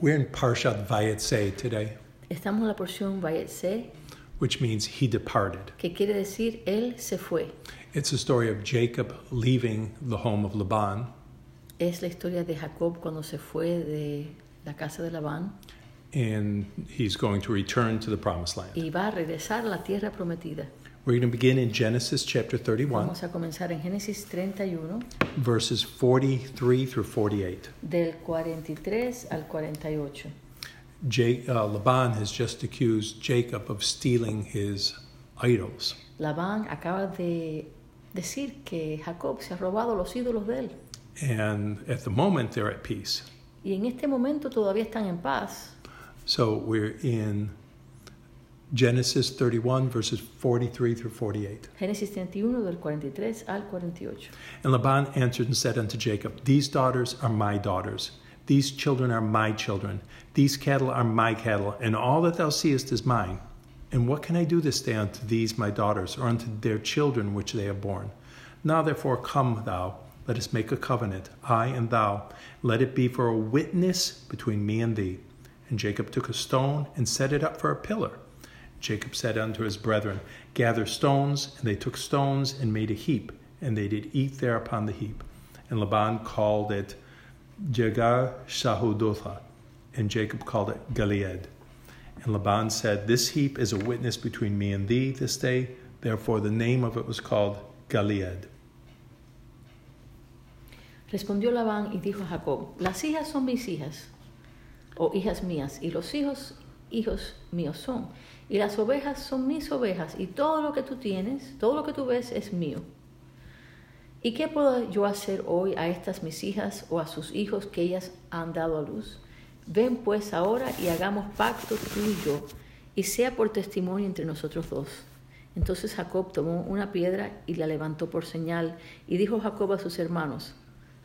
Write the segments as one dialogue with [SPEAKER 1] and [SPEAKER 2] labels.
[SPEAKER 1] We're in Parshat Vayetse today,
[SPEAKER 2] Estamos en la porción Vayetse,
[SPEAKER 1] which means he departed.
[SPEAKER 2] que quiere decir él se fue.
[SPEAKER 1] It's a story of Jacob leaving the home of Laban
[SPEAKER 2] Es la historia de Jacob cuando se fue de la casa de Labán
[SPEAKER 1] and he's going to return to the promised land.
[SPEAKER 2] y va a regresar a la tierra prometida.
[SPEAKER 1] We're going to begin in Genesis chapter 31,
[SPEAKER 2] Vamos a comenzar en Génesis 31,
[SPEAKER 1] verses 43 through 48.
[SPEAKER 2] del 43 al 48.
[SPEAKER 1] Ja- uh, Laban has just accused Jacob of stealing his idols.
[SPEAKER 2] Labán acaba de decir que Jacob se ha robado los ídolos de él.
[SPEAKER 1] And at the moment, they're at peace.
[SPEAKER 2] Y en este momento todavía están en paz.
[SPEAKER 1] So we're in Genesis 31, verses 43 through 48.
[SPEAKER 2] Génesis 31, del 43 al 48.
[SPEAKER 1] And Laban answered and said unto Jacob, These daughters are my daughters. These children are my children. These cattle are my cattle. And all that thou seest is mine. And what can I do this day unto these my daughters, or unto their children which they have borne? Now therefore come thou, let us make a covenant, I and thou. Let it be for a witness between me and thee. And Jacob took a stone and set it up for a pillar. Jacob said unto his brethren, Gather stones. And they took stones and made a heap, and they did eat there upon the heap. And Laban called it Jagar Shahudotha, and Jacob called it Gilead. And Laban said, This heap is a witness between me and thee this day. Therefore the name of it was called Gilead.
[SPEAKER 2] Respondió Labán y dijo a Jacob, las hijas son mis hijas, o hijas mías, y los hijos, hijos míos son, y las ovejas son mis ovejas, y todo lo que tú tienes, todo lo que tú ves es mío. ¿Y qué puedo yo hacer hoy a estas mis hijas o a sus hijos que ellas han dado a luz? Ven pues ahora y hagamos pacto tú y yo, y sea por testimonio entre nosotros dos. Entonces Jacob tomó una piedra y la levantó por señal, y dijo Jacob a sus hermanos,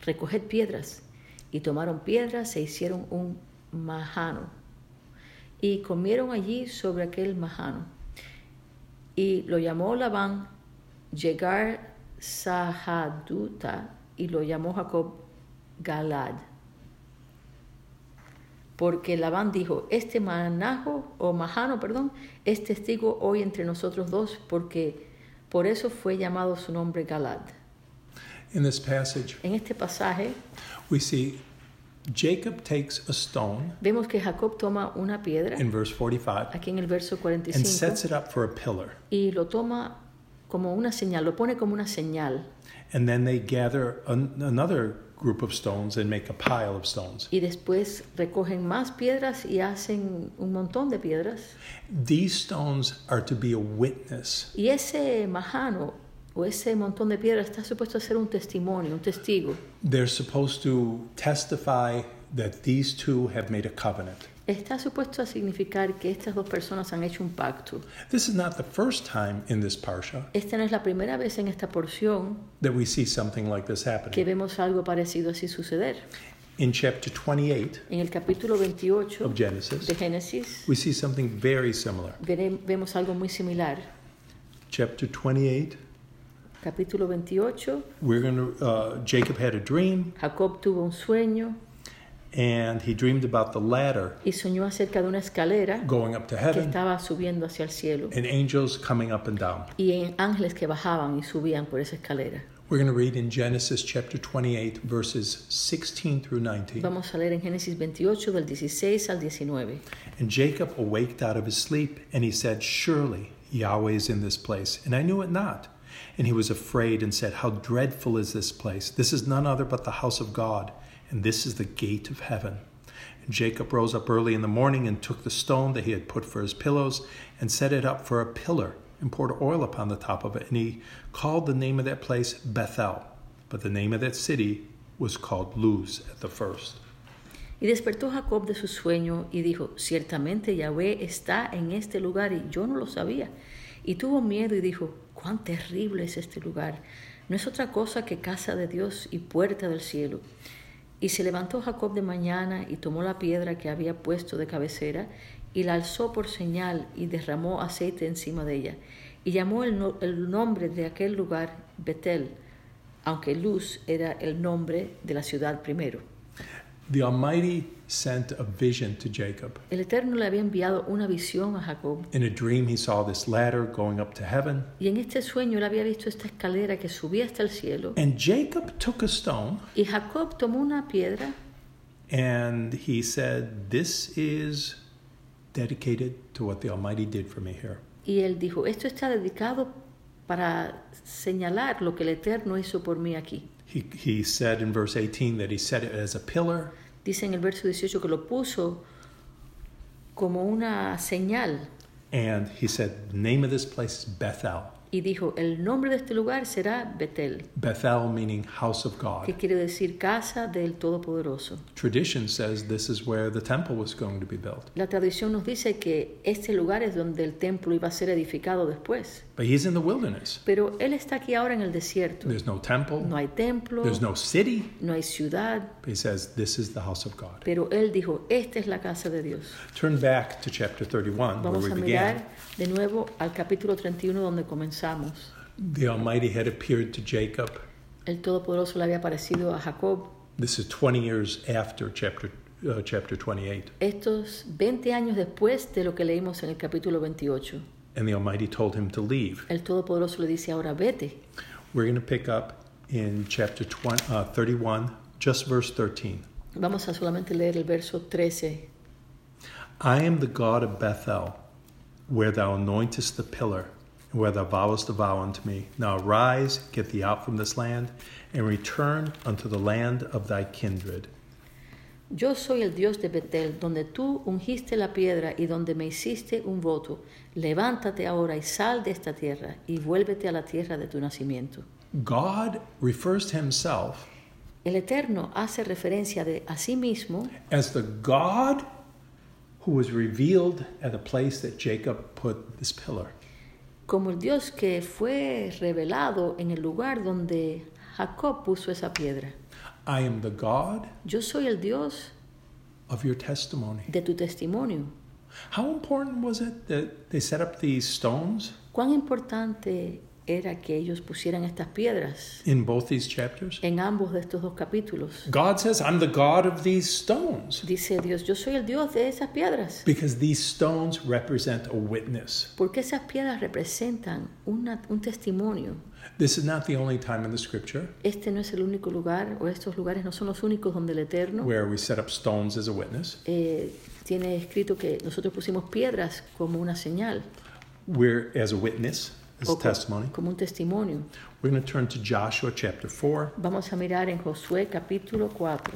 [SPEAKER 2] recoged piedras. Y tomaron piedras e hicieron un majano, y comieron allí sobre aquel majano. Y lo llamó Labán Llegar Sahaduta y lo llamó Jacob Galad. Porque Labán dijo, este manajo o majano, perdón, es testigo hoy entre nosotros dos, porque por eso fue llamado su nombre Galad.
[SPEAKER 1] In this passage,
[SPEAKER 2] En este pasaje
[SPEAKER 1] we see Jacob takes a stone
[SPEAKER 2] vemos que Jacob toma una piedra,
[SPEAKER 1] in verse 45
[SPEAKER 2] aquí en el verso
[SPEAKER 1] and sets
[SPEAKER 2] 45,
[SPEAKER 1] it up for a pillar.
[SPEAKER 2] y lo toma como una señal, lo pone como una señal.
[SPEAKER 1] And then they gather an- another group of stones and make a pile of stones.
[SPEAKER 2] y después recogen más piedras y hacen un montón de piedras.
[SPEAKER 1] These stones are to be a witness
[SPEAKER 2] Y ese majano o ese montón de piedras está supuesto a ser un testimonio, un testigo.
[SPEAKER 1] They're supposed to testify that these two have made a covenant.
[SPEAKER 2] Está supuesto a significar que estas dos personas han hecho un pacto.
[SPEAKER 1] This is not the first time in this parsha
[SPEAKER 2] Esta no es la primera vez en esta porción
[SPEAKER 1] that we see something like this
[SPEAKER 2] que
[SPEAKER 1] happening.
[SPEAKER 2] vemos algo parecido así suceder.
[SPEAKER 1] In chapter 28
[SPEAKER 2] En el capítulo 28
[SPEAKER 1] of Genesis,
[SPEAKER 2] de Génesis
[SPEAKER 1] we see something very similar.
[SPEAKER 2] vere- vemos algo muy similar.
[SPEAKER 1] Chapter 28,
[SPEAKER 2] Capítulo 28,
[SPEAKER 1] we're going to uh, Jacob had a dream
[SPEAKER 2] Jacob tuvo un sueño
[SPEAKER 1] and he dreamed about the ladder
[SPEAKER 2] y soñó acerca de una escalera
[SPEAKER 1] going up to
[SPEAKER 2] que
[SPEAKER 1] heaven
[SPEAKER 2] estaba subiendo hacia el cielo.
[SPEAKER 1] and angels coming up and down.
[SPEAKER 2] y en ángeles que bajaban y subían por esa escalera.
[SPEAKER 1] We're going to read in Genesis chapter 28 verses 16 through 19.
[SPEAKER 2] Vamos a leer en Génesis 28 del 16 al 19.
[SPEAKER 1] And Jacob awaked out of his sleep, and he said, Surely Yahweh is in this place, and I knew it not. And he was afraid and said, How dreadful is this place! This is none other but the house of God, and this is the gate of heaven. And Jacob rose up early in the morning and took the stone that he had put for his pillows and set it up for a pillar and poured oil upon the top of it. And he called the name of that place Bethel, but the name of that city was called Luz at the first.
[SPEAKER 2] Y despertó Jacob de su sueño y dijo, ciertamente Yahvé está en este lugar y yo no lo sabía. Y tuvo miedo y dijo, cuán terrible es este lugar. No es otra cosa que casa de Dios y puerta del cielo. Y se levantó Jacob de mañana y tomó la piedra que había puesto de cabecera y la alzó por señal y derramó aceite encima de ella. Y llamó el, no- el nombre de aquel lugar Betel, aunque Luz era el nombre de la ciudad primero.
[SPEAKER 1] The Almighty sent a vision to Jacob.
[SPEAKER 2] El Eterno le había enviado una visión a Jacob
[SPEAKER 1] In a dream, he saw this ladder going up to heaven.
[SPEAKER 2] y en este sueño él había visto esta escalera que subía hasta el cielo.
[SPEAKER 1] And Jacob took a stone
[SPEAKER 2] Y Jacob tomó una piedra
[SPEAKER 1] and he said, This is dedicated to what the Almighty did for me here.
[SPEAKER 2] y él dijo, esto está dedicado para señalar lo que el Eterno hizo por mí aquí.
[SPEAKER 1] He, he said in verse 18 that he set it as a pillar
[SPEAKER 2] Dice en el verso 18 que lo puso como una señal
[SPEAKER 1] and he said, The name of this place is Bethel.
[SPEAKER 2] y dijo, el nombre de este lugar será Betel,
[SPEAKER 1] Bethel meaning house of
[SPEAKER 2] que
[SPEAKER 1] God.
[SPEAKER 2] quiere decir casa del Todopoderoso.
[SPEAKER 1] Tradition says this is where the temple was going to be built.
[SPEAKER 2] La tradición nos dice que este lugar es donde el templo iba a ser edificado después,
[SPEAKER 1] But he's in the wilderness.
[SPEAKER 2] pero él está aquí ahora en el desierto.
[SPEAKER 1] There's no temple,
[SPEAKER 2] No hay templo,
[SPEAKER 1] there's no city.
[SPEAKER 2] no hay ciudad,
[SPEAKER 1] He says, This is the house of God.
[SPEAKER 2] pero él dijo, esta es la casa de Dios.
[SPEAKER 1] Turn back to chapter 31, where
[SPEAKER 2] Vamos
[SPEAKER 1] we
[SPEAKER 2] a
[SPEAKER 1] began.
[SPEAKER 2] mirar de nuevo al capítulo 31 donde comenzamos.
[SPEAKER 1] The Almighty had appeared to Jacob.
[SPEAKER 2] El Todopoderoso le había aparecido a Jacob.
[SPEAKER 1] This is 20 years after chapter, uh, chapter 28.
[SPEAKER 2] Estos 20 años después de lo que leímos en el capítulo 28,
[SPEAKER 1] And the Almighty told him to leave.
[SPEAKER 2] el Todopoderoso le dice, ahora vete.
[SPEAKER 1] We're going to pick up in chapter 20, uh, 31, just verse 13.
[SPEAKER 2] Vamos a solamente leer el verso 13.
[SPEAKER 1] I am the God of Bethel, where thou anointest the pillar, and where thou vowest a vow unto me. Now arise, get thee out from this land, and return unto the land of thy kindred.
[SPEAKER 2] Yo soy el Dios de Betel, donde tú ungiste la piedra y donde me hiciste un voto. Levántate ahora y sal de esta tierra y vuélvete a la tierra de tu nacimiento.
[SPEAKER 1] God refers to himself
[SPEAKER 2] El Eterno hace referencia de a sí mismo
[SPEAKER 1] as the God who was revealed at the place that Jacob put this pillar.
[SPEAKER 2] como el Dios que fue revelado en el lugar donde Jacob puso esa piedra.
[SPEAKER 1] I am the God
[SPEAKER 2] Yo soy el Dios
[SPEAKER 1] of your testimony.
[SPEAKER 2] de tu testimonio.
[SPEAKER 1] How important was it that they set up these stones
[SPEAKER 2] ¿Cuán importante era que ellos pusieran estas piedras
[SPEAKER 1] in both these chapters?
[SPEAKER 2] en ambos de estos dos capítulos?
[SPEAKER 1] God says, I'm the God of these stones.
[SPEAKER 2] Dice Dios, yo soy el Dios de esas piedras.
[SPEAKER 1] Because these stones represent a witness.
[SPEAKER 2] Porque esas piedras representan una- un testimonio.
[SPEAKER 1] This is not the only time in the scripture
[SPEAKER 2] Este no es el único lugar, o estos lugares no son los únicos donde el Eterno
[SPEAKER 1] where we set up stones as a witness.
[SPEAKER 2] eh, tiene escrito que nosotros pusimos piedras como una señal,
[SPEAKER 1] We're as a witness, as
[SPEAKER 2] o co-
[SPEAKER 1] testimony.
[SPEAKER 2] como un testimonio.
[SPEAKER 1] We're going to turn to Joshua chapter 4.
[SPEAKER 2] Vamos a mirar en Josué capítulo 4.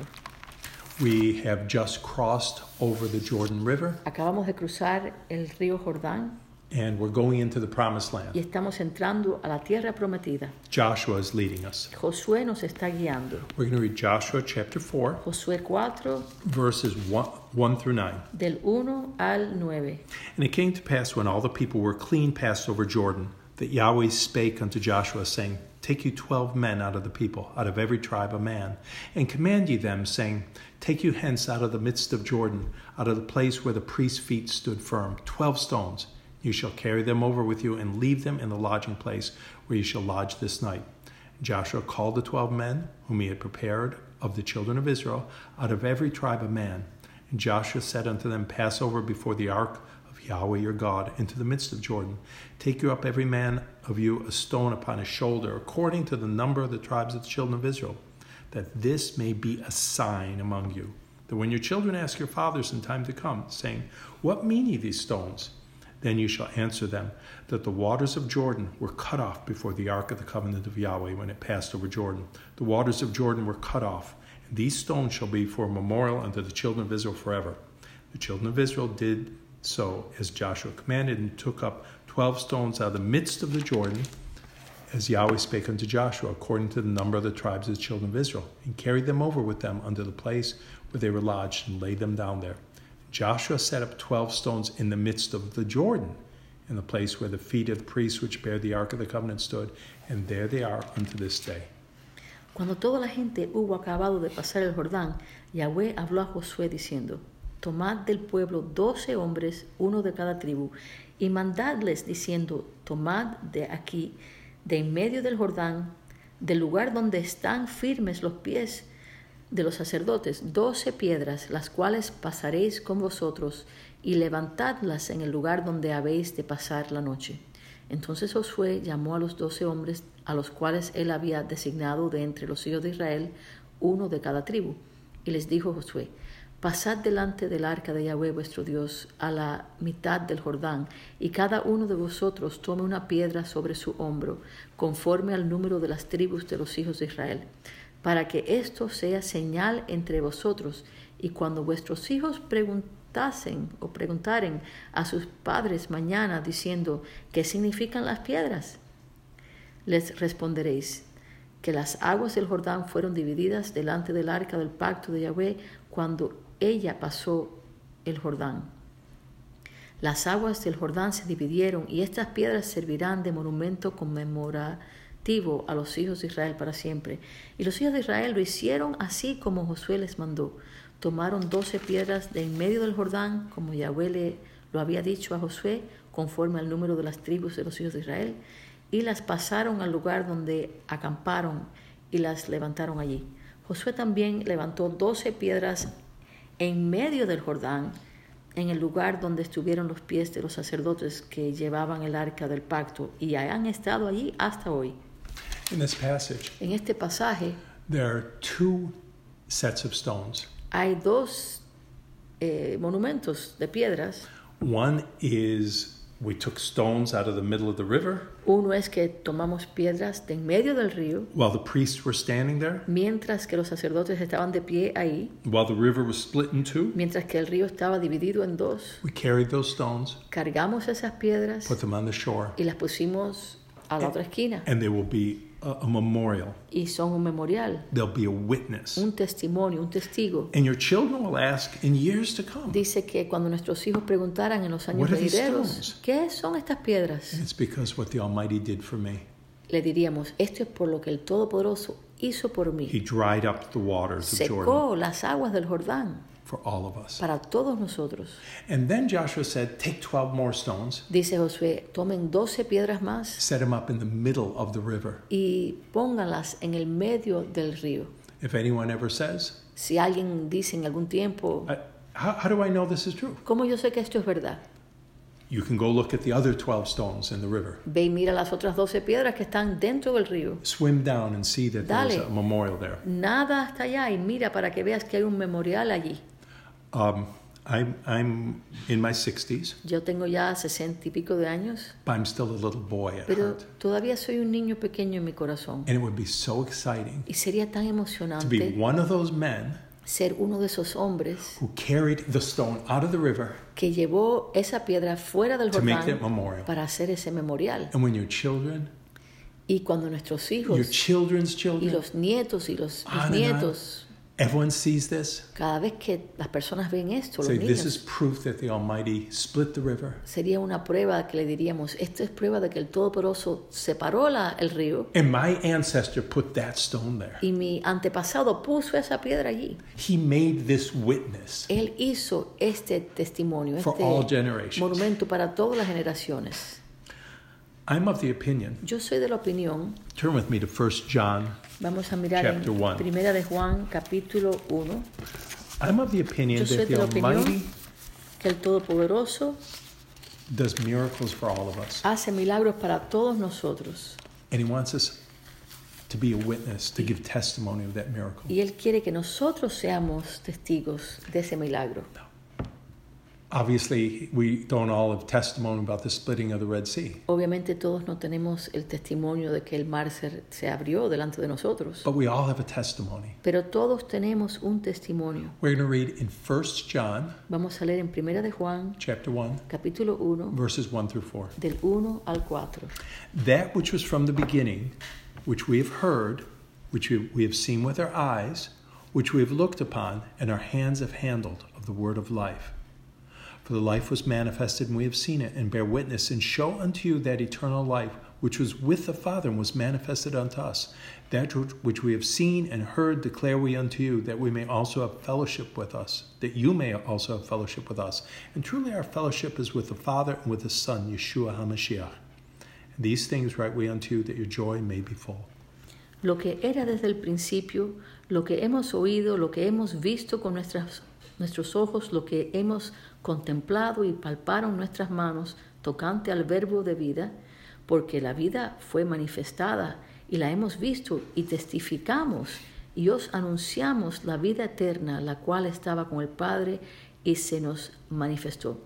[SPEAKER 1] We have just crossed over the Jordan River
[SPEAKER 2] Acabamos de cruzar el río Jordán
[SPEAKER 1] and we're going into the promised
[SPEAKER 2] y
[SPEAKER 1] land.
[SPEAKER 2] estamos entrando a la tierra prometida.
[SPEAKER 1] Joshua is leading us.
[SPEAKER 2] Josué nos está guiando.
[SPEAKER 1] We're going to read Joshua chapter 4,
[SPEAKER 2] Josué 4
[SPEAKER 1] verses 1, 1 through 9.
[SPEAKER 2] del 1 al 9.
[SPEAKER 1] And it came to pass when all the people were clean passed over Jordan, that Yahweh spake unto Joshua, saying, Take you twelve men out of the people, out of every tribe a man, and command ye them, saying, Take you hence out of the midst of Jordan, out of the place where the priest's feet stood firm, twelve stones. You shall carry them over with you, and leave them in the lodging place where you shall lodge this night. Joshua called the twelve men, whom he had prepared of the children of Israel, out of every tribe a man. And Joshua said unto them, Pass over before the ark of Yahweh your God into the midst of Jordan. Take you up every man of you a stone upon his shoulder, according to the number of the tribes of the children of Israel, that this may be a sign among you. That when your children ask your fathers in time to come, saying, What mean ye these stones? Then you shall answer them that the waters of Jordan were cut off before the ark of the covenant of Yahweh when it passed over Jordan. The waters of Jordan were cut off, and these stones shall be for a memorial unto the children of Israel forever. The children of Israel did so as Joshua commanded, and took up twelve stones out of the midst of the Jordan, as Yahweh spake unto Joshua, according to the number of the tribes of the children of Israel, and carried them over with them unto the place where they were lodged, and laid them down there. Joshua set up twelve stones in the midst of the Jordan, in the place where the feet of the priests which bare the ark of the covenant stood, and there they are unto this day.
[SPEAKER 2] Cuando toda la gente hubo acabado de pasar el Jordán, Yahweh habló a Josué diciendo, Tomad del pueblo doce hombres, uno de cada tribu, y mandadles diciendo, Tomad de aquí, de en medio del Jordán, del lugar donde están firmes los pies de los sacerdotes doce piedras, las cuales pasaréis con vosotros, y levantadlas en el lugar donde habéis de pasar la noche. Entonces Josué llamó a los doce hombres a los cuales él había designado de entre los hijos de Israel, uno de cada tribu, y les dijo Josué, Pasad delante del arca de Yahweh vuestro Dios a la mitad del Jordán, y cada uno de vosotros tome una piedra sobre su hombro, conforme al número de las tribus de los hijos de Israel, para que esto sea señal entre vosotros, y cuando vuestros hijos preguntasen o preguntaren a sus padres mañana diciendo, ¿qué significan las piedras? Les responderéis, que las aguas del Jordán fueron divididas delante del arca del pacto de Yahweh cuando ella pasó el Jordán. Las aguas del Jordán se dividieron y estas piedras servirán de monumento conmemorativo a los hijos de Israel para siempre. Y los hijos de Israel lo hicieron así como Josué les mandó. Tomaron doce piedras de en medio del Jordán, como Yahweh le, lo había dicho a Josué, conforme al número de las tribus de los hijos de Israel, y las pasaron al lugar donde acamparon y las levantaron allí. Josué también levantó doce piedras en medio del Jordán, en el lugar donde estuvieron los pies de los sacerdotes que llevaban el arca del pacto, y han estado allí hasta hoy.
[SPEAKER 1] In this passage,
[SPEAKER 2] En este pasaje
[SPEAKER 1] there are two sets of stones.
[SPEAKER 2] hay dos eh, monumentos de piedras.
[SPEAKER 1] One is we took stones out of the middle of the river
[SPEAKER 2] Uno es que tomamos piedras de en medio del río,
[SPEAKER 1] while the priests were standing there,
[SPEAKER 2] mientras que los sacerdotes estaban de pie ahí,
[SPEAKER 1] while the river was split in two.
[SPEAKER 2] mientras que el río estaba dividido en dos.
[SPEAKER 1] We carried those stones,
[SPEAKER 2] Cargamos esas piedras
[SPEAKER 1] put them on the shore,
[SPEAKER 2] y las pusimos a la otra esquina
[SPEAKER 1] and they will be a, a memorial.
[SPEAKER 2] y son un memorial,
[SPEAKER 1] They'll be a witness.
[SPEAKER 2] un testimonio, un testigo.
[SPEAKER 1] And your children will ask in years to come.
[SPEAKER 2] Dice que cuando nuestros hijos preguntaran en los años
[SPEAKER 1] What are these
[SPEAKER 2] venideros,
[SPEAKER 1] stones?
[SPEAKER 2] ¿qué son estas piedras?
[SPEAKER 1] It's because what the Almighty did for me.
[SPEAKER 2] Le diríamos, esto es por lo que el Todopoderoso hizo por
[SPEAKER 1] He
[SPEAKER 2] mí.
[SPEAKER 1] dried up the waters of Jordan
[SPEAKER 2] Secó las aguas del Jordán
[SPEAKER 1] for all of us.
[SPEAKER 2] para todos nosotros.
[SPEAKER 1] And then Joshua said, Take 12 more stones,
[SPEAKER 2] Dice Josué, tomen doce piedras más
[SPEAKER 1] set them up in the middle of the river.
[SPEAKER 2] y pónganlas en el medio del río.
[SPEAKER 1] If anyone ever says,
[SPEAKER 2] Si alguien dice en algún tiempo,
[SPEAKER 1] I, how, how do I know this is true?
[SPEAKER 2] ¿cómo yo sé que esto es verdad?
[SPEAKER 1] You can go look at the other 12 stones in the river.
[SPEAKER 2] Ve y mira las otras doce piedras que están dentro del río.
[SPEAKER 1] Swim down and see that there's
[SPEAKER 2] Dale.
[SPEAKER 1] a memorial there.
[SPEAKER 2] Nada hasta allá y mira para que veas que hay un memorial allí.
[SPEAKER 1] Um, I'm, I'm in my 60s,
[SPEAKER 2] Yo tengo ya sesenta y pico de años,
[SPEAKER 1] but I'm still a little boy at
[SPEAKER 2] pero
[SPEAKER 1] heart.
[SPEAKER 2] todavía soy un niño pequeño en mi corazón.
[SPEAKER 1] And it would be so exciting
[SPEAKER 2] Y sería tan
[SPEAKER 1] to be
[SPEAKER 2] emocionante
[SPEAKER 1] one of those men
[SPEAKER 2] ser uno de esos hombres
[SPEAKER 1] who carried the stone out of the river.
[SPEAKER 2] que llevó esa piedra fuera del
[SPEAKER 1] To make that
[SPEAKER 2] Jordán
[SPEAKER 1] memorial.
[SPEAKER 2] para hacer ese memorial.
[SPEAKER 1] And when your children,
[SPEAKER 2] Y cuando nuestros
[SPEAKER 1] your
[SPEAKER 2] hijos
[SPEAKER 1] children's
[SPEAKER 2] y
[SPEAKER 1] children, Ah,
[SPEAKER 2] los nietos y los
[SPEAKER 1] On and on.
[SPEAKER 2] nietos,
[SPEAKER 1] everyone sees this,
[SPEAKER 2] cada vez que las personas ven esto, los
[SPEAKER 1] say, This is
[SPEAKER 2] niños,
[SPEAKER 1] proof that the Almighty split the river.
[SPEAKER 2] sería una prueba que le diríamos, esto es prueba de que el Todopoderoso separó la, el río
[SPEAKER 1] And my ancestor put that stone there.
[SPEAKER 2] y mi antepasado puso esa piedra allí.
[SPEAKER 1] He made this witness
[SPEAKER 2] Él hizo este testimonio,
[SPEAKER 1] for all
[SPEAKER 2] este
[SPEAKER 1] generations.
[SPEAKER 2] monumento para todas las generaciones.
[SPEAKER 1] I'm of the opinion.
[SPEAKER 2] Yo soy de la opinión,
[SPEAKER 1] Turn with me to 1 John.
[SPEAKER 2] vamos a mirar en
[SPEAKER 1] Chapter one.
[SPEAKER 2] Primera de Juan, capítulo 1,
[SPEAKER 1] I'm of the
[SPEAKER 2] Yo
[SPEAKER 1] opinion
[SPEAKER 2] soy
[SPEAKER 1] that
[SPEAKER 2] de
[SPEAKER 1] the
[SPEAKER 2] la opinión-
[SPEAKER 1] Almighty
[SPEAKER 2] que el Todopoderoso
[SPEAKER 1] does miracles for all of us.
[SPEAKER 2] hace milagros para todos nosotros.
[SPEAKER 1] And He wants us to be a witness, to give testimony of that miracle.
[SPEAKER 2] Y Él quiere que nosotros seamos testigos de ese milagro.
[SPEAKER 1] Obviously, we don't all have testimony about the splitting of the Red Sea,
[SPEAKER 2] Obviamente todos no tenemos el testimonio de que el mar se, se abrió delante de nosotros,
[SPEAKER 1] but we all have a testimony.
[SPEAKER 2] pero todos tenemos un testimonio.
[SPEAKER 1] We're going to read in 1 John
[SPEAKER 2] Vamos a leer en Primera de Juan,
[SPEAKER 1] chapter 1,
[SPEAKER 2] capítulo 1,
[SPEAKER 1] verses 1 through 4.
[SPEAKER 2] del 1 al 4.
[SPEAKER 1] That which was from the beginning, which we have heard, which we we have seen with our eyes, which we have looked upon, and our hands have handled of the word of life. For the life was manifested, and we have seen it, and bear witness, and show unto you that eternal life which was with the Father and was manifested unto us. That which we have seen and heard declare we unto you, that we may also have fellowship with us, that you may also have fellowship with us. And truly our fellowship is with the Father and with His Son, Yeshua HaMashiach. These things write we unto you, that your joy may be full.
[SPEAKER 2] Lo que era desde el principio, lo que hemos oído, lo que hemos visto con nuestras, nuestros ojos, lo que hemos contemplado y palparon nuestras manos tocante al verbo de vida, porque la vida fue manifestada y la hemos visto y testificamos y os anunciamos la vida eterna, la cual estaba con el Padre y se nos manifestó.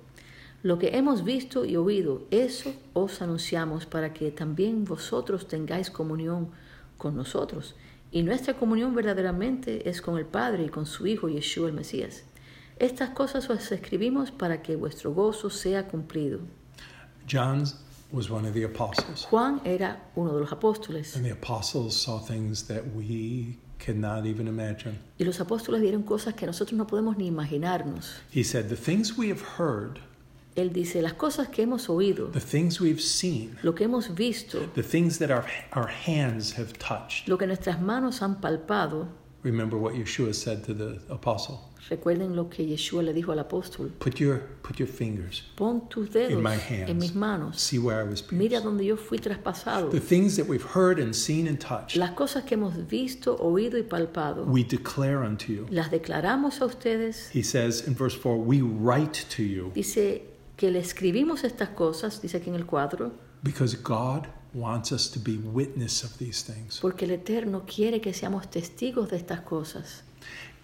[SPEAKER 2] Lo que hemos visto y oído, eso os anunciamos para que también vosotros tengáis comunión con nosotros. Y nuestra comunión verdaderamente es con el Padre y con su Hijo Yeshua el Mesías. Estas cosas os escribimos para que vuestro gozo sea cumplido.
[SPEAKER 1] John was one of the apostles,
[SPEAKER 2] Juan era uno de los apóstoles
[SPEAKER 1] and the apostles saw things that we cannot even imagine.
[SPEAKER 2] y los apóstoles vieron cosas que nosotros no podemos ni imaginarnos.
[SPEAKER 1] He said, The things we have heard,
[SPEAKER 2] Él dice, las cosas que hemos oído,
[SPEAKER 1] the things we've seen,
[SPEAKER 2] lo que hemos visto,
[SPEAKER 1] the things that our, our hands have touched.
[SPEAKER 2] lo que nuestras manos han palpado,
[SPEAKER 1] Remember what Yeshua said to the apostle
[SPEAKER 2] recuerden lo que Yeshua le dijo al apóstol,
[SPEAKER 1] Put your, put your fingers,
[SPEAKER 2] pon tus dedos
[SPEAKER 1] In my hands.
[SPEAKER 2] en mis manos,
[SPEAKER 1] see where I was
[SPEAKER 2] mira
[SPEAKER 1] pierced.
[SPEAKER 2] donde yo fui traspasado.
[SPEAKER 1] The things that we've heard and seen and touched,
[SPEAKER 2] Las cosas que hemos visto, oído y palpado,
[SPEAKER 1] we declare unto you.
[SPEAKER 2] las declaramos a ustedes.
[SPEAKER 1] He says in verse 4, We write to you
[SPEAKER 2] Dice que le escribimos estas cosas, dice aquí en el cuadro,
[SPEAKER 1] because God wants us to be witness of these things.
[SPEAKER 2] porque el Eterno quiere que seamos testigos de estas cosas.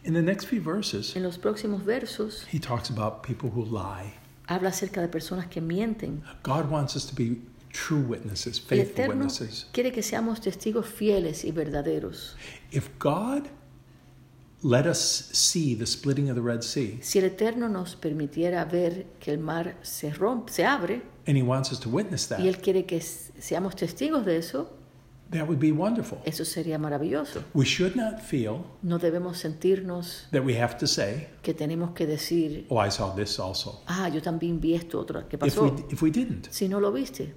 [SPEAKER 1] In the next few verses,
[SPEAKER 2] En los próximos versos
[SPEAKER 1] he talks about people who lie.
[SPEAKER 2] habla acerca de personas que mienten.
[SPEAKER 1] God wants us to be true witnesses,
[SPEAKER 2] El
[SPEAKER 1] faithful
[SPEAKER 2] Eterno
[SPEAKER 1] witnesses.
[SPEAKER 2] quiere que seamos testigos fieles y verdaderos.
[SPEAKER 1] If God let us see the splitting of the Red Sea,
[SPEAKER 2] Si el Eterno nos permitiera ver que el mar se rompe, se abre,
[SPEAKER 1] and he wants us to witness that,
[SPEAKER 2] y Él quiere que s- seamos testigos de eso,
[SPEAKER 1] that would be wonderful.
[SPEAKER 2] eso sería maravilloso.
[SPEAKER 1] We should not feel
[SPEAKER 2] No debemos sentirnos
[SPEAKER 1] that we have to say,
[SPEAKER 2] que tenemos que decir,
[SPEAKER 1] oh, I saw this also.
[SPEAKER 2] ah, yo también vi esto otro que
[SPEAKER 1] If we,
[SPEAKER 2] pasó.
[SPEAKER 1] if we didn't,
[SPEAKER 2] Si no lo viste,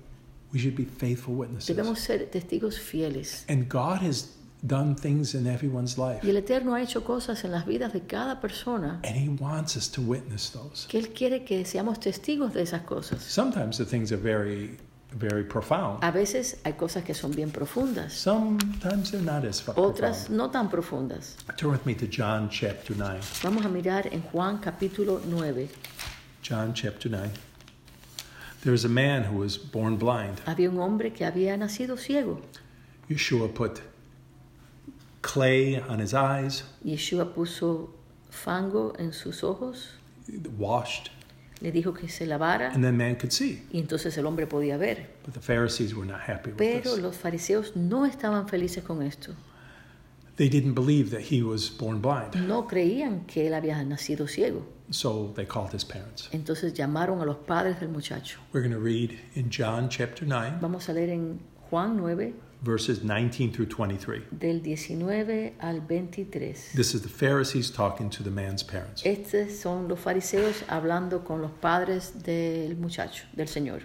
[SPEAKER 1] we should be faithful witnesses.
[SPEAKER 2] debemos ser testigos fieles.
[SPEAKER 1] And God has done things in everyone's life,
[SPEAKER 2] Y el Eterno ha hecho cosas en las vidas de cada persona
[SPEAKER 1] and he wants us to witness those.
[SPEAKER 2] que Él quiere que seamos testigos de esas cosas.
[SPEAKER 1] Sometimes the things are very, very profound.
[SPEAKER 2] A veces hay cosas que son bien profundas,
[SPEAKER 1] Sometimes they're not as
[SPEAKER 2] otras
[SPEAKER 1] profound.
[SPEAKER 2] no tan profundas.
[SPEAKER 1] Turn with me to John chapter 9.
[SPEAKER 2] Vamos a mirar en Juan capítulo 9.
[SPEAKER 1] John chapter 9. There was a man who was born blind.
[SPEAKER 2] Había un hombre que había nacido ciego.
[SPEAKER 1] Yeshua put clay on his eyes,
[SPEAKER 2] Yeshua puso fango en sus ojos,
[SPEAKER 1] washed,
[SPEAKER 2] le dijo que se lavara
[SPEAKER 1] and then man could see.
[SPEAKER 2] y entonces el hombre podía ver.
[SPEAKER 1] But the Pharisees were not happy with
[SPEAKER 2] Pero
[SPEAKER 1] this.
[SPEAKER 2] los fariseos no estaban felices con esto.
[SPEAKER 1] They didn't believe that he was born blind,
[SPEAKER 2] No creían que él había nacido ciego.
[SPEAKER 1] so they called his parents.
[SPEAKER 2] Entonces llamaron a los padres del muchacho.
[SPEAKER 1] We're going to read in John chapter 9,
[SPEAKER 2] Vamos a leer en Juan 9,
[SPEAKER 1] verses 19 through 23.
[SPEAKER 2] del 19 al 23.
[SPEAKER 1] This is the Pharisees talking to the man's parents.
[SPEAKER 2] Estos son los fariseos hablando con los padres del muchacho, del Señor.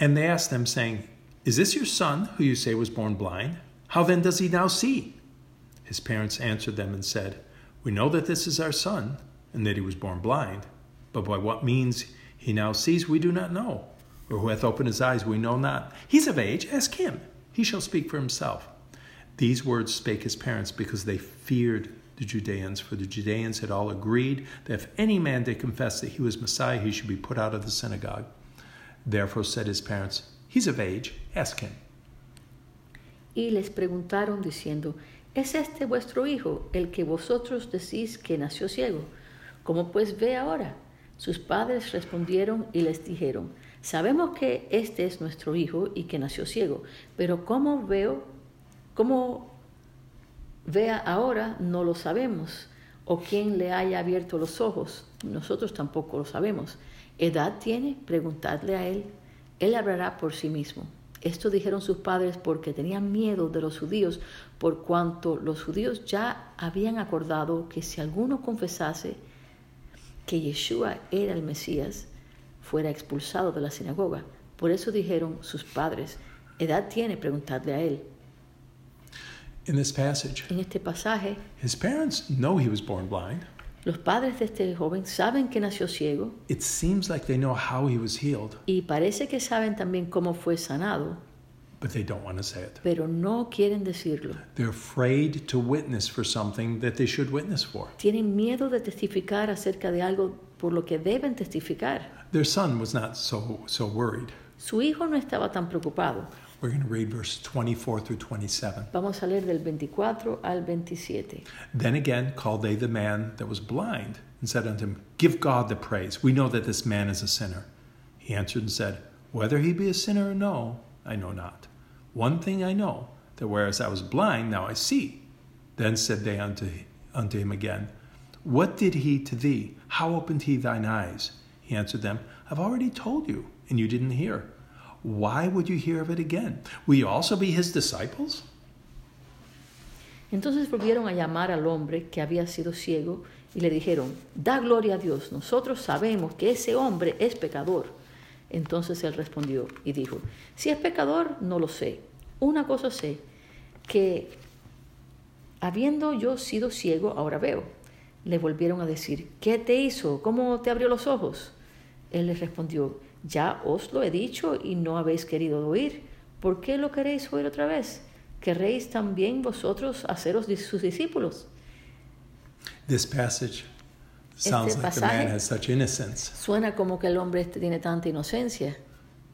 [SPEAKER 1] And they asked them, saying, Is this your son who you say was born blind? How then does he now see? His parents answered them and said, We know that this is our son, and that he was born blind, but by what means he now sees we do not know, or who hath opened his eyes we know not. He's of age, ask him, he shall speak for himself. These words spake his parents because they feared the Judeans, for the Judeans had all agreed that if any man did confess that he was Messiah, he should be put out of the synagogue. Therefore said his parents, He's of age, ask him.
[SPEAKER 2] Y les preguntaron diciendo, ¿es este vuestro hijo, el que vosotros decís que nació ciego? ¿Cómo pues ve ahora? Sus padres respondieron y les dijeron, sabemos que este es nuestro hijo y que nació ciego, pero ¿cómo veo? ¿Cómo vea ahora? No lo sabemos. ¿O quién le haya abierto los ojos? Nosotros tampoco lo sabemos. ¿Edad tiene? Preguntadle a él. Él hablará por sí mismo. Esto dijeron sus padres porque tenían miedo de los judíos, por cuanto los judíos ya habían acordado que si alguno confesase que Yeshua era el Mesías, fuera expulsado de la sinagoga. Por eso dijeron sus padres, ¿edad tiene? Preguntadle a él.
[SPEAKER 1] In this passage,
[SPEAKER 2] En este pasaje
[SPEAKER 1] his parents know he was born blind.
[SPEAKER 2] Los padres de este joven saben que nació ciego
[SPEAKER 1] It seems like they know how he was healed,
[SPEAKER 2] y parece que saben también cómo fue sanado,
[SPEAKER 1] but they don't want to say it.
[SPEAKER 2] pero no quieren decirlo.
[SPEAKER 1] They're afraid to witness for something that they should witness for.
[SPEAKER 2] Tienen miedo de testificar acerca de algo por lo que deben testificar.
[SPEAKER 1] Their son was not so so worried.
[SPEAKER 2] Su hijo no estaba tan preocupado.
[SPEAKER 1] We're going to read verse 24 through 27.
[SPEAKER 2] Vamos a leer del 24 al 27.
[SPEAKER 1] Then again called they the man that was blind, and said unto him, Give God the praise. We know that this man is a sinner. He answered and said, Whether he be a sinner or no, I know not. One thing I know, that whereas I was blind, now I see. Then said they unto, unto him again, What did he to thee? How opened he thine eyes? He answered them, I've already told you, and you didn't hear. Why would you hear of it again? Will you also be his disciples?
[SPEAKER 2] Entonces volvieron a llamar al hombre que había sido ciego y le dijeron, da gloria a Dios, nosotros sabemos que ese hombre es pecador. Entonces él respondió y dijo, si es pecador, no lo sé. Una cosa sé, que habiendo yo sido ciego, ahora veo. Le volvieron a decir, ¿qué te hizo? ¿Cómo te abrió los ojos? Él les respondió, ya os lo he dicho y no habéis querido oír. ¿Por qué lo queréis oír otra vez? ¿Querréis también vosotros haceros dis- sus discípulos?
[SPEAKER 1] This passage sounds like the man
[SPEAKER 2] pasaje-
[SPEAKER 1] has such innocence.
[SPEAKER 2] Suena como que el hombre este tiene tanta inocencia,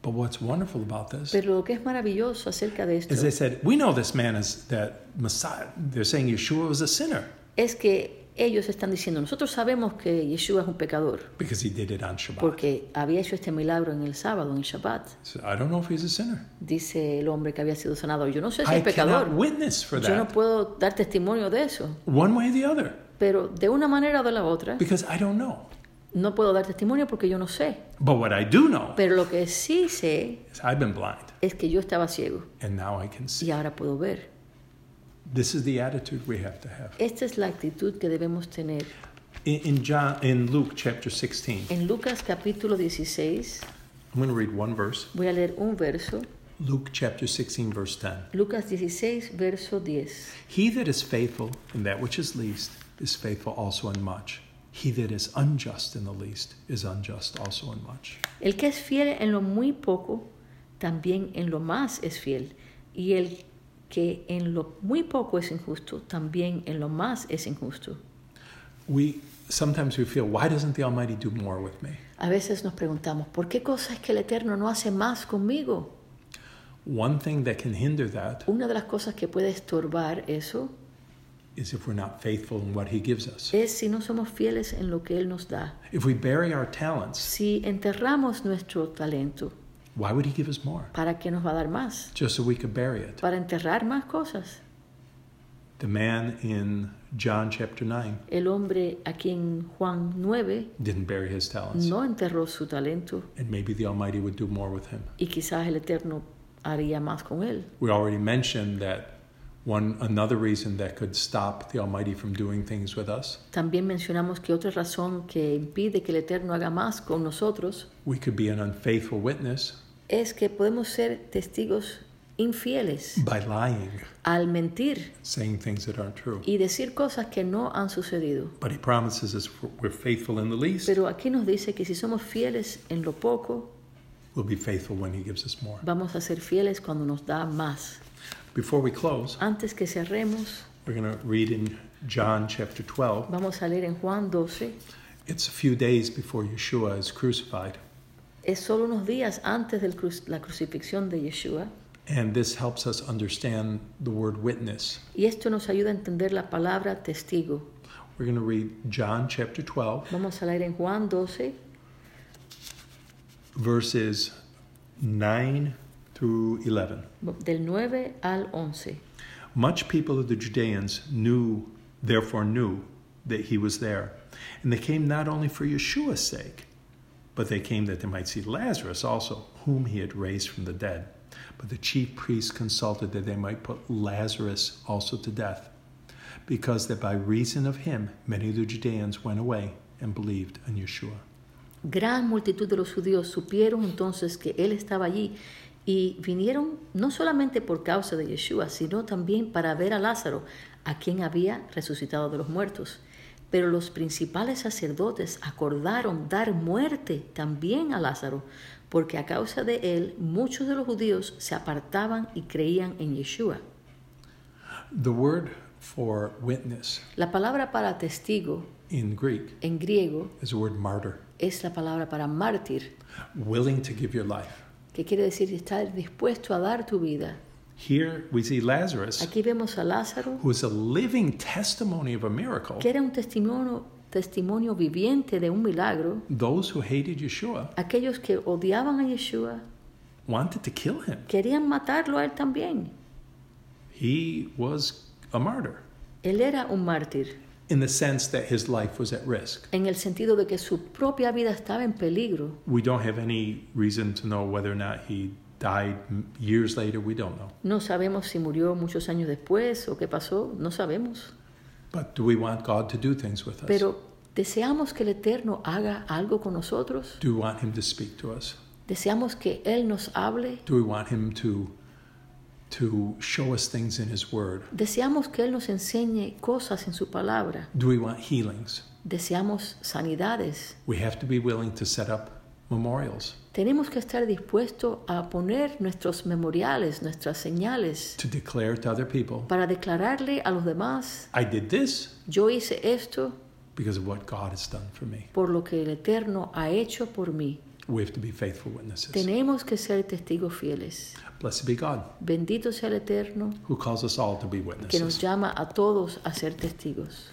[SPEAKER 1] But what's wonderful about this
[SPEAKER 2] pero lo que es maravilloso acerca de esto
[SPEAKER 1] is they said, we know this man is that Messiah. They're saying Yeshua was a sinner
[SPEAKER 2] es que ellos están diciendo, nosotros sabemos que Yeshua es un pecador,
[SPEAKER 1] because he did it on Shabbat.
[SPEAKER 2] porque había hecho este milagro en el sábado, en el Shabbat.
[SPEAKER 1] So I don't know if he's a sinner.
[SPEAKER 2] Dice el hombre que había sido sanado, yo no sé si
[SPEAKER 1] I
[SPEAKER 2] es
[SPEAKER 1] cannot
[SPEAKER 2] pecador,
[SPEAKER 1] witness for
[SPEAKER 2] yo no
[SPEAKER 1] that
[SPEAKER 2] puedo dar testimonio de eso,
[SPEAKER 1] one way or the other
[SPEAKER 2] pero de una manera o de la otra
[SPEAKER 1] because I don't know.
[SPEAKER 2] no puedo dar testimonio porque yo no sé,
[SPEAKER 1] But what I do know
[SPEAKER 2] pero lo que sí sé
[SPEAKER 1] is I've been blind
[SPEAKER 2] es que yo estaba ciego
[SPEAKER 1] and now I can see.
[SPEAKER 2] y ahora puedo ver.
[SPEAKER 1] This is the attitude we have to have.
[SPEAKER 2] Esta es la actitud que debemos tener.
[SPEAKER 1] In, in John, in Luke chapter 16,
[SPEAKER 2] En Lucas capítulo 16
[SPEAKER 1] I'm going to read one verse.
[SPEAKER 2] voy a leer un verso.
[SPEAKER 1] Luke chapter 16, verse 10.
[SPEAKER 2] Lucas 16, verso 10.
[SPEAKER 1] He that is faithful in that which is least is faithful also in much. He that is unjust in the least is unjust also in much.
[SPEAKER 2] El que es fiel en lo muy poco, también en lo más es fiel. Y el que en lo muy poco es injusto, también en lo más es injusto.
[SPEAKER 1] We sometimes we feel, why doesn't the Almighty do more with me?
[SPEAKER 2] A veces nos preguntamos, ¿por qué cosa es que el Eterno no hace más conmigo?
[SPEAKER 1] One thing that can hinder that
[SPEAKER 2] Una de las cosas que puede estorbar eso
[SPEAKER 1] is if we're not faithful in what He gives us.
[SPEAKER 2] es si no somos fieles en lo que Él nos da.
[SPEAKER 1] If we bury our talents,
[SPEAKER 2] Si enterramos nuestro talento,
[SPEAKER 1] why would He give us more?
[SPEAKER 2] ¿para qué nos va a dar más?
[SPEAKER 1] Just so we could bury it.
[SPEAKER 2] Para enterrar más cosas.
[SPEAKER 1] The man in John chapter 9
[SPEAKER 2] El hombre aquí en Juan 9
[SPEAKER 1] didn't bury his talents.
[SPEAKER 2] no enterró su talento
[SPEAKER 1] And maybe the Almighty would do more with him.
[SPEAKER 2] y quizás el Eterno haría más con él.
[SPEAKER 1] We already mentioned that one another reason that could stop the Almighty from doing things with us,
[SPEAKER 2] También mencionamos que otra razón que impide que el Eterno haga más con nosotros
[SPEAKER 1] we could be an unfaithful witness
[SPEAKER 2] es que podemos ser testigos infieles
[SPEAKER 1] by lying,
[SPEAKER 2] al mentir
[SPEAKER 1] saying things that aren't true.
[SPEAKER 2] y decir cosas que no han sucedido.
[SPEAKER 1] But He promises us we're faithful in the least,
[SPEAKER 2] Pero aquí nos dice que si somos fieles en lo poco,
[SPEAKER 1] we'll be faithful when He gives us more.
[SPEAKER 2] vamos a ser fieles cuando nos da más.
[SPEAKER 1] Before we close,
[SPEAKER 2] Antes que cerremos,
[SPEAKER 1] we're going to read in John chapter 12.
[SPEAKER 2] vamos a leer en Juan 12.
[SPEAKER 1] It's a few days before Yeshua is crucified,
[SPEAKER 2] Es solo unos días antes de la crucifixión de Yeshua.
[SPEAKER 1] and this helps us understand the word witness.
[SPEAKER 2] Y esto nos ayuda a entender la palabra testigo.
[SPEAKER 1] We're going to read John chapter 12.
[SPEAKER 2] Vamos a leer en Juan 12,
[SPEAKER 1] verses 9 through 11.
[SPEAKER 2] del 9 al 11.
[SPEAKER 1] Much people of the Judeans knew, therefore knew, that he was there. And they came not only for Yeshua's sake, but they came that they might see Lazarus also, whom he had raised from the dead. But the chief priests consulted that they might put Lazarus also to death, because that by reason of him many of the Judeans went away and believed in Yeshua.
[SPEAKER 2] Gran multitud de los judíos supieron entonces que él estaba allí y vinieron no solamente por causa de Yeshua, sino también para ver a Lázaro, a quien había resucitado de los muertos. Pero los principales sacerdotes acordaron dar muerte también a Lázaro, porque a causa de él muchos de los judíos se apartaban y creían en Yeshua.
[SPEAKER 1] The word for witness
[SPEAKER 2] La palabra para testigo
[SPEAKER 1] in Greek
[SPEAKER 2] en griego
[SPEAKER 1] is the word martyr,
[SPEAKER 2] es la palabra para mártir,
[SPEAKER 1] willing to give your life.
[SPEAKER 2] que quiere decir estar dispuesto a dar tu vida.
[SPEAKER 1] Here we see Lazarus,
[SPEAKER 2] Aquí vemos a Lázaro,
[SPEAKER 1] who is a living testimony of a miracle.
[SPEAKER 2] que era un testimonio, testimonio viviente de un milagro.
[SPEAKER 1] Those who hated Yeshua
[SPEAKER 2] Aquellos que odiaban a Yeshua
[SPEAKER 1] wanted to kill him.
[SPEAKER 2] querían matarlo a él también.
[SPEAKER 1] He was a martyr
[SPEAKER 2] Él era un mártir,
[SPEAKER 1] in the sense that his life was at risk.
[SPEAKER 2] en el sentido de que su propia vida estaba en peligro.
[SPEAKER 1] We don't have any reason to know whether or not he died m- years later. We don't know.
[SPEAKER 2] No sabemos si murió muchos años después o qué pasó, no sabemos.
[SPEAKER 1] But do we want God to do things with us?
[SPEAKER 2] Pero deseamos que el Eterno haga algo con nosotros.
[SPEAKER 1] do we want him to speak to us?
[SPEAKER 2] Deseamos que Él nos hable.
[SPEAKER 1] Do we want him to to show us things in his word?
[SPEAKER 2] Deseamos que Él nos enseñe cosas en su palabra.
[SPEAKER 1] Do we want healings?
[SPEAKER 2] Deseamos sanidades.
[SPEAKER 1] We have to be willing to set up memorials
[SPEAKER 2] Tenemos que estar dispuestos a poner nuestros memoriales, nuestras señales,
[SPEAKER 1] to declare to other people,
[SPEAKER 2] para declararle a los demás,
[SPEAKER 1] I did this
[SPEAKER 2] yo hice esto
[SPEAKER 1] because of what God has done for me.
[SPEAKER 2] por lo que el Eterno ha hecho por mí.
[SPEAKER 1] We have to be faithful witnesses.
[SPEAKER 2] Tenemos que ser testigos fieles.
[SPEAKER 1] Blessed be God
[SPEAKER 2] Bendito sea el Eterno
[SPEAKER 1] who calls us all to be
[SPEAKER 2] que nos
[SPEAKER 1] witnesses.
[SPEAKER 2] llama a todos a ser testigos.